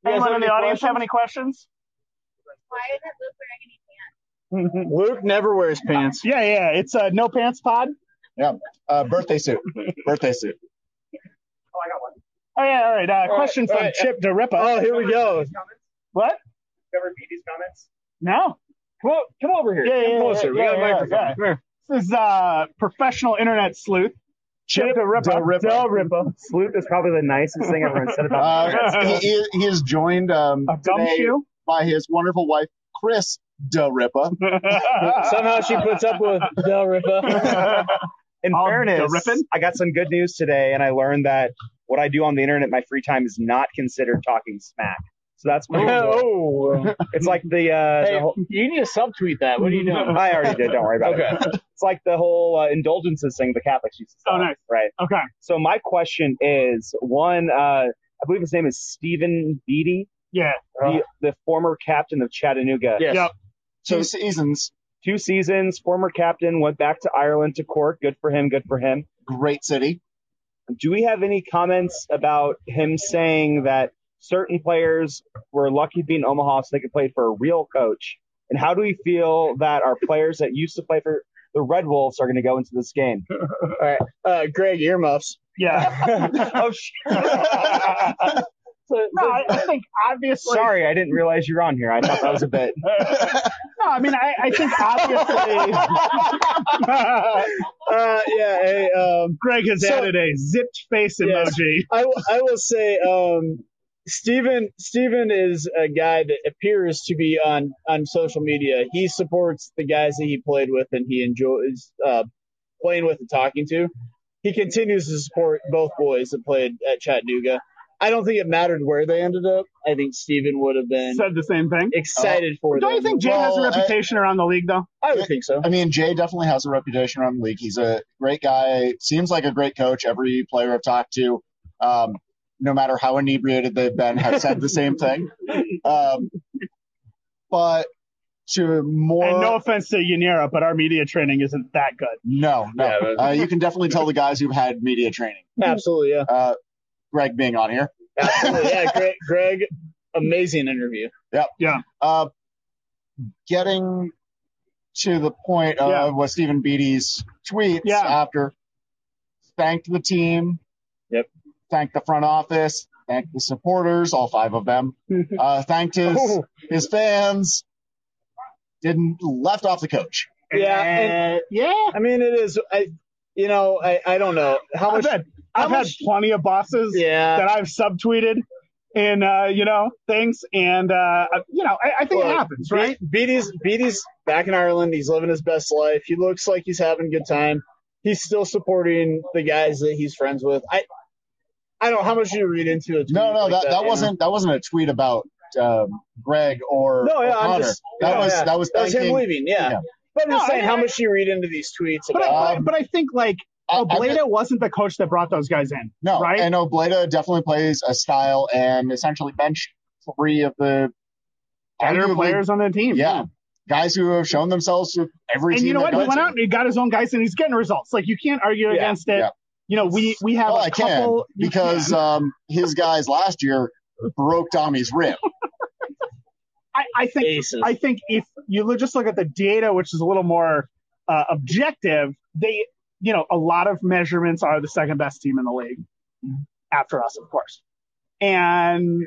S2: You guys
S3: Anyone
S2: have
S3: in the
S2: any
S3: audience have
S2: questions?
S3: any questions?
S8: Why isn't Luke wearing any pants?
S3: yeah,
S2: Luke never wears pants.
S3: yeah, it's a no pants pod.
S1: uh, birthday suit. birthday suit.
S3: Oh yeah, all right. Uh, question
S2: all
S3: from
S2: right.
S3: Chip DeRippa.
S2: Oh, here we go.
S3: what?
S5: Ever read these comments?
S3: No,
S2: Come, o- come over here.
S3: Yeah, yeah,
S2: come
S3: yeah,
S2: closer. we
S3: yeah,
S2: got a
S3: yeah,
S2: microphone.
S3: yeah.
S2: Come here.
S3: this is uh, professional internet sleuth. Chip, DeRippa.
S1: DeRippa.
S3: Del Rippa.
S5: Sleuth is probably the nicest thing I've ever said about me.
S1: Uh, he, he, he is joined um,
S3: A dumb
S1: today
S3: shoe.
S1: by his wonderful wife, Chris DeRippa.
S2: Somehow she puts up with Del Ripa.
S5: In
S3: Um,
S5: fairness,
S3: the ripping?
S5: I got some good news today, and I learned that what I do on the internet, in my free time, is not considered talking smack. So that's pretty cool.
S2: oh.
S5: It's like the, uh, the
S2: Hey,
S5: whole,
S2: you need to subtweet that. What are you doing?
S5: I already did. Don't worry about
S2: Okay.
S5: it. It's like the whole uh, indulgences thing the Catholics used to
S3: Oh,
S5: sell,
S3: nice.
S5: right?
S3: okay.
S5: So my question is one. Uh, I believe his name is Stephen Beatty,
S3: Yeah.
S5: the, the former captain of Chattanooga.
S2: Yes.
S3: Yep.
S1: Two seasons.
S5: Two seasons, former captain, went back to Ireland to court. Good for him. Good for him.
S1: Great city.
S5: Do we have any comments about him saying that certain players were lucky to be in Omaha so they could play for a real coach? And how do we feel that our players that used to play for the Red Wolves are going to go into this game?
S2: Uh, Greg earmuffs.
S3: Yeah.
S5: oh, shit.
S3: No, I, I think obviously.
S5: Sorry, I didn't realize you were on here. I thought that was a bit.
S3: No, I mean, I, I think obviously.
S2: Uh, yeah. Hey, um,
S3: Greg has
S2: So-
S3: added a zipped face
S2: Yes.
S3: emoji.
S2: I, w- I will say, um, Steven, Steven is a guy that appears to be on, on social media. He supports the guys that he played with and he enjoys uh, playing with and talking to. He continues to support both boys that played at Chattanooga. I don't think it mattered where they ended up. I think Steven would have been
S3: Said the same thing.
S2: excited for
S3: Don't
S2: them.
S3: you think Jay has a
S1: Well, I-
S3: reputation around the league, though?
S2: I would think so.
S1: I mean, Jay definitely has a reputation around the league. He's a great guy. Seems like a great coach. Every player I've talked to, um, no matter how inebriated they've been, have said the same thing. Um, but to more,
S3: And no offense to Yanira, but our media training isn't that good.
S1: no, no.
S2: Yeah, but-
S1: uh, you can definitely tell the guys who've had media training.
S2: Absolutely, yeah.
S1: Uh, Greg being on here.
S2: Absolutely. Yeah, Greg, Greg, amazing interview.
S1: Uh, getting to the point of
S3: Yeah.
S1: what Stephen Beatty's tweets
S3: Yeah.
S1: after thanked the team,
S2: Yep.
S1: thanked the front office, thanked the supporters, all five of them, uh, thanked his
S2: Oh.
S1: his fans, didn't left off the coach.
S2: Yeah,
S3: And- yeah.
S2: I mean, it is. I, you know, I, I don't know how
S3: I've
S2: much.
S3: had, I've had
S2: much-
S3: plenty of bosses
S2: Yeah,
S3: that I've subtweeted and, uh, you know, things. And, uh, you know, I, I think it
S2: Well,
S3: happens, right?
S2: Be- Beatty's Beatty's back in Ireland. He's living his best life. He looks like he's having a good time. He's still supporting the guys that he's friends with. I I don't know how much you read into it.
S1: No, no, that, that, wasn't that wasn't a tweet about um, Greg or,
S2: No, yeah,
S1: or
S2: I'm
S1: Connor.
S2: just-
S1: that,
S2: no,
S1: was,
S2: yeah.
S1: that was
S2: That was him
S1: thanking.
S2: leaving. Yeah,
S1: Yeah.
S2: but I'm just
S3: No,
S2: saying
S3: I-
S2: how much you read into these tweets
S3: But,
S2: about.
S3: I,
S1: Um,
S3: but I think, like,
S1: I- I
S3: Obleda
S1: bet-
S3: wasn't the coach that brought those guys in.
S1: no,
S3: right?
S1: and Obleda definitely plays a style and essentially benched three of the
S3: Better
S1: arguably-
S3: players on the team.
S1: Yeah, guys who have shown themselves to every
S3: And
S1: team.
S3: you know
S1: that
S3: what? He
S1: goes
S3: went
S1: to.
S3: out and he got his own guys and he's getting results. Like, you can't argue
S2: Yeah.
S3: against it.
S1: Yeah.
S3: You know, we, we have
S1: Oh,
S3: a
S1: I can
S3: couple. you
S1: because
S3: can.
S1: um, his guys last year broke Tommy's rib.
S3: I, I think
S2: Aces.
S3: I think if you look, just look at the data, which is a little more uh, objective, they, you know, a lot of measurements are the second best team in the league after us, of course. And,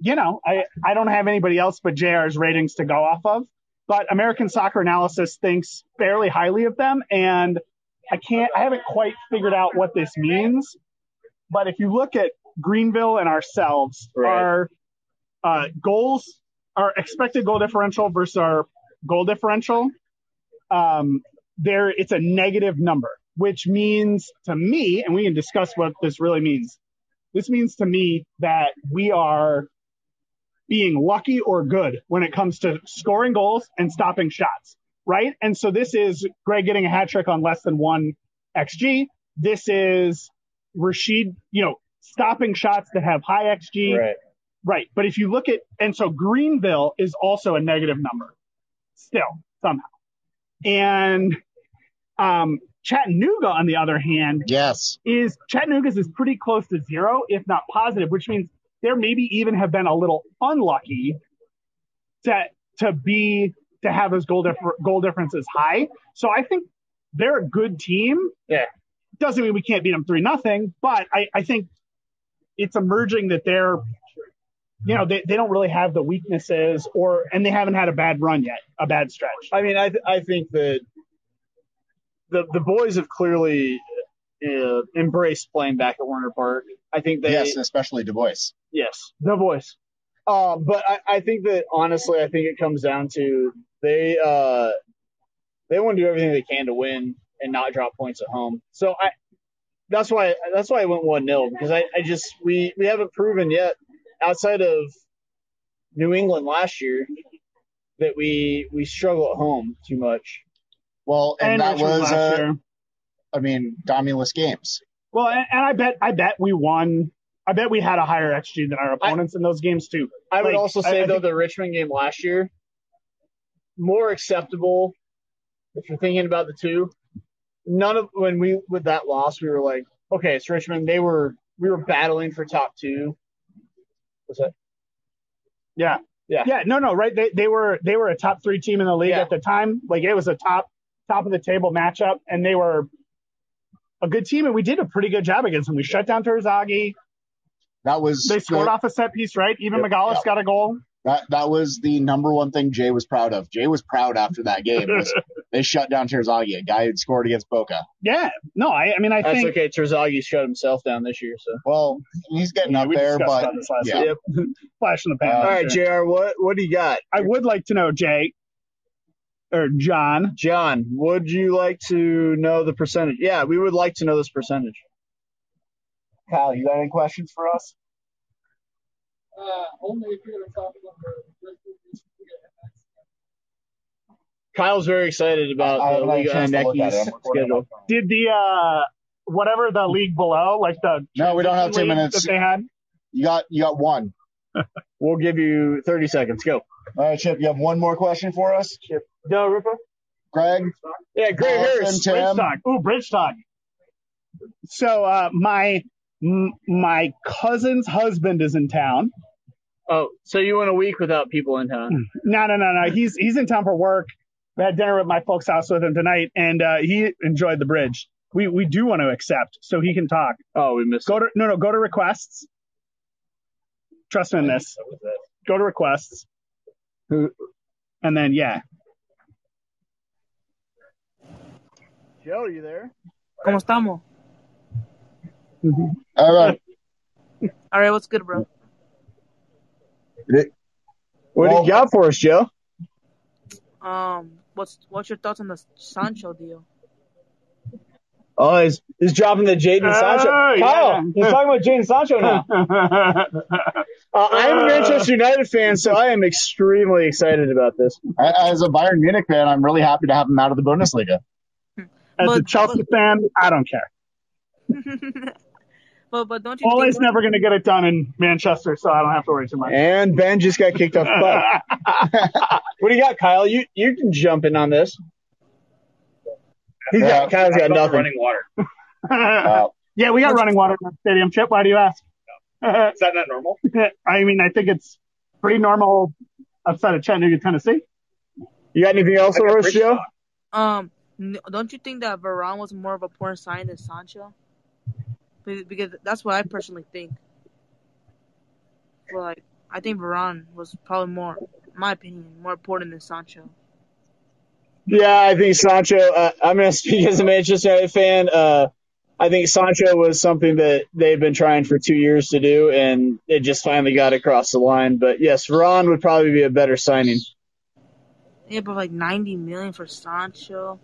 S3: you know, I, I don't have anybody else but JR's ratings to go off of, but American Soccer Analysis thinks fairly highly of them. And I can't, I haven't quite figured out what this means. But if you look at Greenville and ourselves,
S2: Right.
S3: our uh, goals our expected goal differential versus our goal differential, um, there it's a negative number, which means to me, and we can discuss what this really means. This means to me that we are being lucky or good when it comes to scoring goals and stopping shots, right? And so this is Greg getting a hat trick on less than one XG. This is Rashid, you know, stopping shots that have high XG.
S2: Right.
S3: Right. But if you look at, and so Greenville is also a negative number still somehow. And um, Chattanooga, on the other hand,
S1: Yes,
S3: is Chattanooga's is pretty close to zero, if not positive, which means there maybe even have been a little unlucky to, to be, to have those goal, differ, goal differences high. So I think they're a good team.
S2: Yeah.
S3: Doesn't mean we can't beat them three nothing, but I, I think it's emerging that they're you know, they, they don't really have the weaknesses or, and they haven't had a bad run yet, a bad stretch.
S2: I mean, I th- I think that the the boys have clearly uh, embraced playing back at Warner Park. I think they
S1: yes, and especially Du Bois.
S2: Yes, the voice. Um, but I, I think that honestly, I think it comes down to they uh, they want to do everything they can to win and not drop points at home. So I that's why that's why I went one 0 because I, I just we we haven't proven yet outside of New England last year that we we struggle at home too much.
S1: Well, and, that
S3: Richmond
S1: was,
S3: last
S1: uh,
S3: year.
S1: I mean, Domulus games.
S3: Well, and, and I bet, I bet we won. I bet we had a higher XG than our opponents in those games too.
S2: I would
S3: Like,
S2: also
S3: I-
S2: say
S3: I
S2: though
S3: think-
S2: the Richmond game last year more acceptable if you're thinking about the two. None of when we with that loss we were like, okay, it's Richmond. They were we were battling for top two. What's that?
S3: Yeah, no, no, right. They, they were, they were a top three team in the league
S2: Yeah.
S3: at the time. Like it was a top, top of the table matchup and they were a good team and we did a pretty good job against them. We shut down Terzaghi.
S1: That was
S3: They scored
S1: the-
S3: off a set piece, right? Even
S1: Yep.
S3: McGallis
S1: Yeah.
S3: got a goal.
S1: that. That was the number one thing Jay was proud of. Jay was proud after that game. Was they shut down Terzaghi, a guy who'd scored against Boca.
S3: Yeah. No, I, I mean, I
S2: That's
S3: think
S2: okay. Terzaghi shut himself down this year. So
S1: Well, he's getting
S3: Yeah,
S1: up
S3: we
S1: there,
S3: discussed
S1: but
S3: on this last
S1: yeah.
S3: week. flash in the pan.
S1: Uh,
S2: all right, Jr. What what do you got?
S3: I would like to know, Jay or John.
S2: John, would you like to know the percentage? Yeah, we would like to know this percentage.
S4: Kyle, you got any questions for us?
S2: Kyle's very excited about
S1: I
S2: the
S1: haven't had a
S2: Liga
S1: chance to look at
S2: Aneki's
S1: it. I'm recording on my
S2: schedule.
S3: Did the uh whatever the league below, like the
S1: No, we don't have two
S3: league
S1: minutes.
S3: that they had?
S1: You got you got one.
S2: We'll give you 30 seconds. Go.
S1: All right, Chip. You have one more question for us,
S4: No, Ripper.
S1: Greg.
S2: Yeah, Greg
S1: Allison,
S2: Harris.
S1: Tim.
S3: Bridge talk. Ooh, bridge talk. So uh my M- my cousin's husband is in town.
S2: Oh, so you went a week without people in town?
S3: No, no, no, no. He's he's in town for work. I had dinner at my folks' house with him tonight, and uh, he enjoyed the bridge. We we do want to accept, so he can talk.
S2: Oh, we missed.
S3: Go to no no go to requests. Trust me in this. Go to requests. And then yeah.
S2: Joe, are you there?
S9: ¿Cómo estamos?
S1: All right.
S9: All right, what's good, bro?
S2: What do
S1: Well-
S2: you got for us, Joe?
S9: Um, what's what's your thoughts on the Sancho deal?
S2: Oh, he's, he's dropping the Jaden Sancho.
S3: Oh,
S2: Kyle,
S5: He's talking about Jane Sancho now.
S2: uh, I'm a Manchester United fan, so I am extremely excited about this.
S1: I- As a Bayern Munich fan, I'm really happy to have him out of the Bundesliga.
S3: As a
S9: But-
S3: Chelsea fan, I don't care.
S9: But but don't you
S3: Ole's
S9: think?
S3: never going to get it done in Manchester, so I don't have to worry too much.
S2: And Ben just got kicked off the puck. What do you got, Kyle? You you can jump in on this. He's got, Kyle's got nothing.
S10: Running water.
S1: Uh,
S3: yeah, we got running water in the stadium. Chip, why do you ask?
S10: Is that not normal?
S3: I mean, I think it's pretty normal outside of Chattanooga, Tennessee.
S2: You got anything else
S10: I got
S2: for us,
S10: rich
S2: Joe?
S10: stock.
S9: Um, n- don't you think that Varane was more of a poor sign than Sancho? Be- Because that's what I personally think. But like, I think Varane was probably more, in my opinion, more important than Sancho.
S2: Yeah, I think Sancho. Uh, I'm going to speak as a Manchester United fan. Uh, I think Sancho was something that they've been trying for two years to do, and it just finally got across the line. But yes, Ron would probably be a better signing.
S9: Yeah, but like 90 million for Sancho,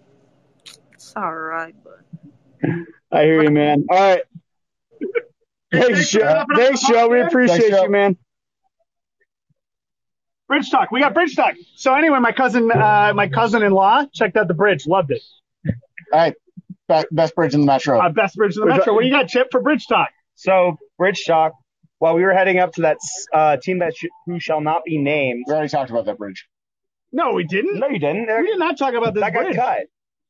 S9: it's alright, but.
S2: I hear you, man. All right. Thanks, Joe. Thanks, Joe. We appreciate
S1: Thanks, Joe.
S2: you, man.
S3: Bridge talk. We got bridge talk. So anyway, my cousin, uh, my cousin-in-law checked out the bridge. Loved it.
S1: all right. Uh, Be- best bridge in the metro.
S3: Uh, best bridge in the metro. What do you got, Chip, for bridge talk?
S5: So, Bridge Talk, while we were heading up to that uh, team that sh- who shall not be named.
S1: We already talked about that bridge.
S3: No, we didn't.
S5: No, you didn't.
S3: We did not talk about this
S5: That got
S3: bridge.
S5: cut.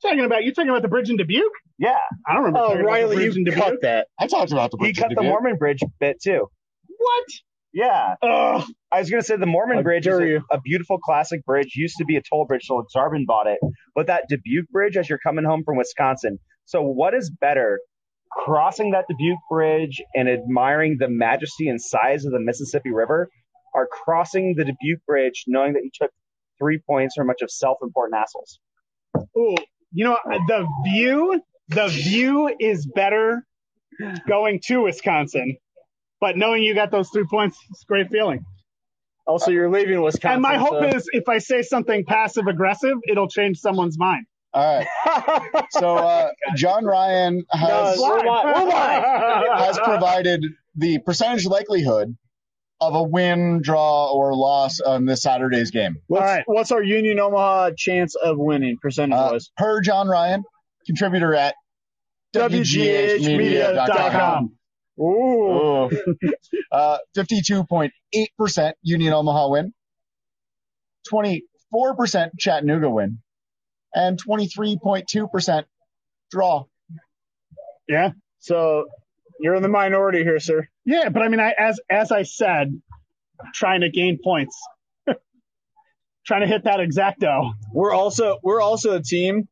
S3: Talking about you talking about the bridge in Dubuque?
S5: Yeah,
S3: I don't remember.
S2: Oh,
S3: talking about the
S2: Riley,
S3: bridge in
S2: you
S3: Dubuque.
S2: cut that.
S1: I talked about the
S5: he
S1: bridge.
S5: cut the
S1: didn't you?
S5: Mormon Bridge bit too.
S3: What?
S5: Yeah,
S2: Ugh.
S5: I was gonna say the Mormon
S2: How
S5: Bridge is
S2: dare
S5: a,
S2: you.
S5: a beautiful classic bridge. Used to be a toll bridge till Zarbin bought it. But that Dubuque Bridge, as you're coming home from Wisconsin, so what is better, crossing that Dubuque Bridge and admiring the majesty and size of the Mississippi River, or crossing the Dubuque Bridge knowing that you took three points from a bunch of self-important assholes?
S3: Ooh, you know uh, the view. The view is better going to Wisconsin, but knowing you got those three points, it's a great feeling.
S2: Also, you're leaving Wisconsin.
S3: And my hope
S2: so-
S3: is if I say something passive aggressive, it'll change someone's mind.
S1: All right. So uh, John Ryan
S2: No,
S1: has
S2: we're not- we're not.
S1: has provided the percentage likelihood of a win, draw, or loss on this Saturday's game.
S2: What's,
S3: All right.
S2: what's our Union Omaha chance of winning percentage
S1: Uh,
S2: wise?
S1: per John Ryan, contributor at WGHmedia.com.
S3: WGHmedia.com.
S2: Ooh.
S1: Uh, 52.8% Union Omaha win, 24% Chattanooga win, and 23.2% draw.
S2: So you're in the minority here, sir.
S3: Yeah, but I mean, I as as I said, trying to gain points, trying to hit that exacto.
S2: We're also we're also a team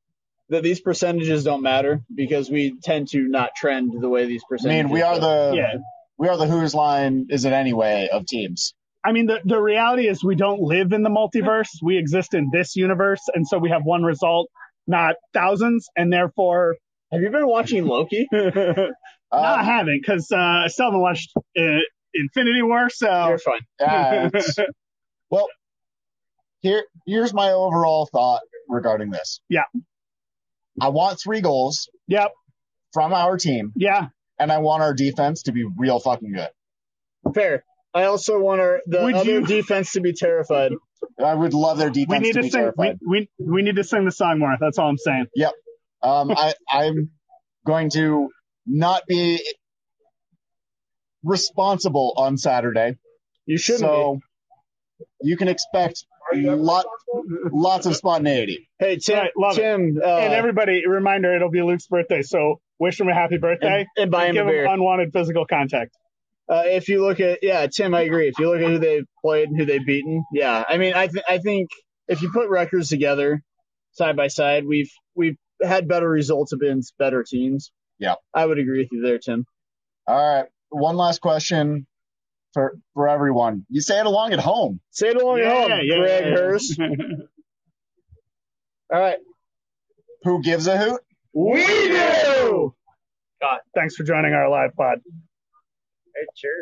S2: that these percentages don't matter because we tend to not trend the way these
S1: I
S2: percentages.
S1: mean, we are the
S3: Yeah,
S1: we are the who's line is it anyway of teams.
S3: I mean, the the reality is we don't live in the multiverse. We exist in this universe, and so we have one result, not thousands, and therefore
S2: Have you been watching Loki? You're
S1: Uh,
S3: no, I haven't because uh, I still haven't watched uh, Infinity War. So
S2: fine.
S1: yeah, it's- well, here here's my overall thought regarding this.
S3: Yeah.
S1: I want three goals
S3: yep,
S1: from our team,
S3: yeah,
S1: and I want our defense to be real fucking good.
S2: Fair. I also want our the
S3: Would
S2: other
S3: you-
S2: defense to be terrified.
S1: I would love their defense
S3: we need
S1: to
S3: to
S1: be
S3: sing.
S1: terrified.
S3: We, we we need to sing the song more. That's all I'm saying.
S1: Um, I, I'm going to not be responsible on Saturday.
S2: You shouldn't.
S1: so you can expect lot, Lots of spontaneity.
S2: Hey, Tim.
S3: Right, love it.
S2: Tim. Uh,
S3: and
S2: and,
S3: everybody, reminder: it'll be Luke's birthday, so wish him a happy birthday.
S2: buy him
S3: Give
S2: a
S3: him
S2: beer.
S3: unwanted physical contact.
S2: Uh, if you look at yeah, Tim, I agree. If you look at who they've played and who they've beaten, yeah, I mean, I th- I think if you put records together side by side, we've we've had better results against better teams.
S1: Yeah.
S2: I would agree with you there, Tim.
S1: All right. One last question for for everyone. You say it along at home.
S2: Say it along
S3: Yeah,
S2: at home,
S3: yeah,
S2: Oh, Greg
S3: yeah, yeah.
S2: Hurst. All right,
S1: Who gives a hoot?
S3: we do. God, thanks for joining our live pod.
S10: Hey, cheers.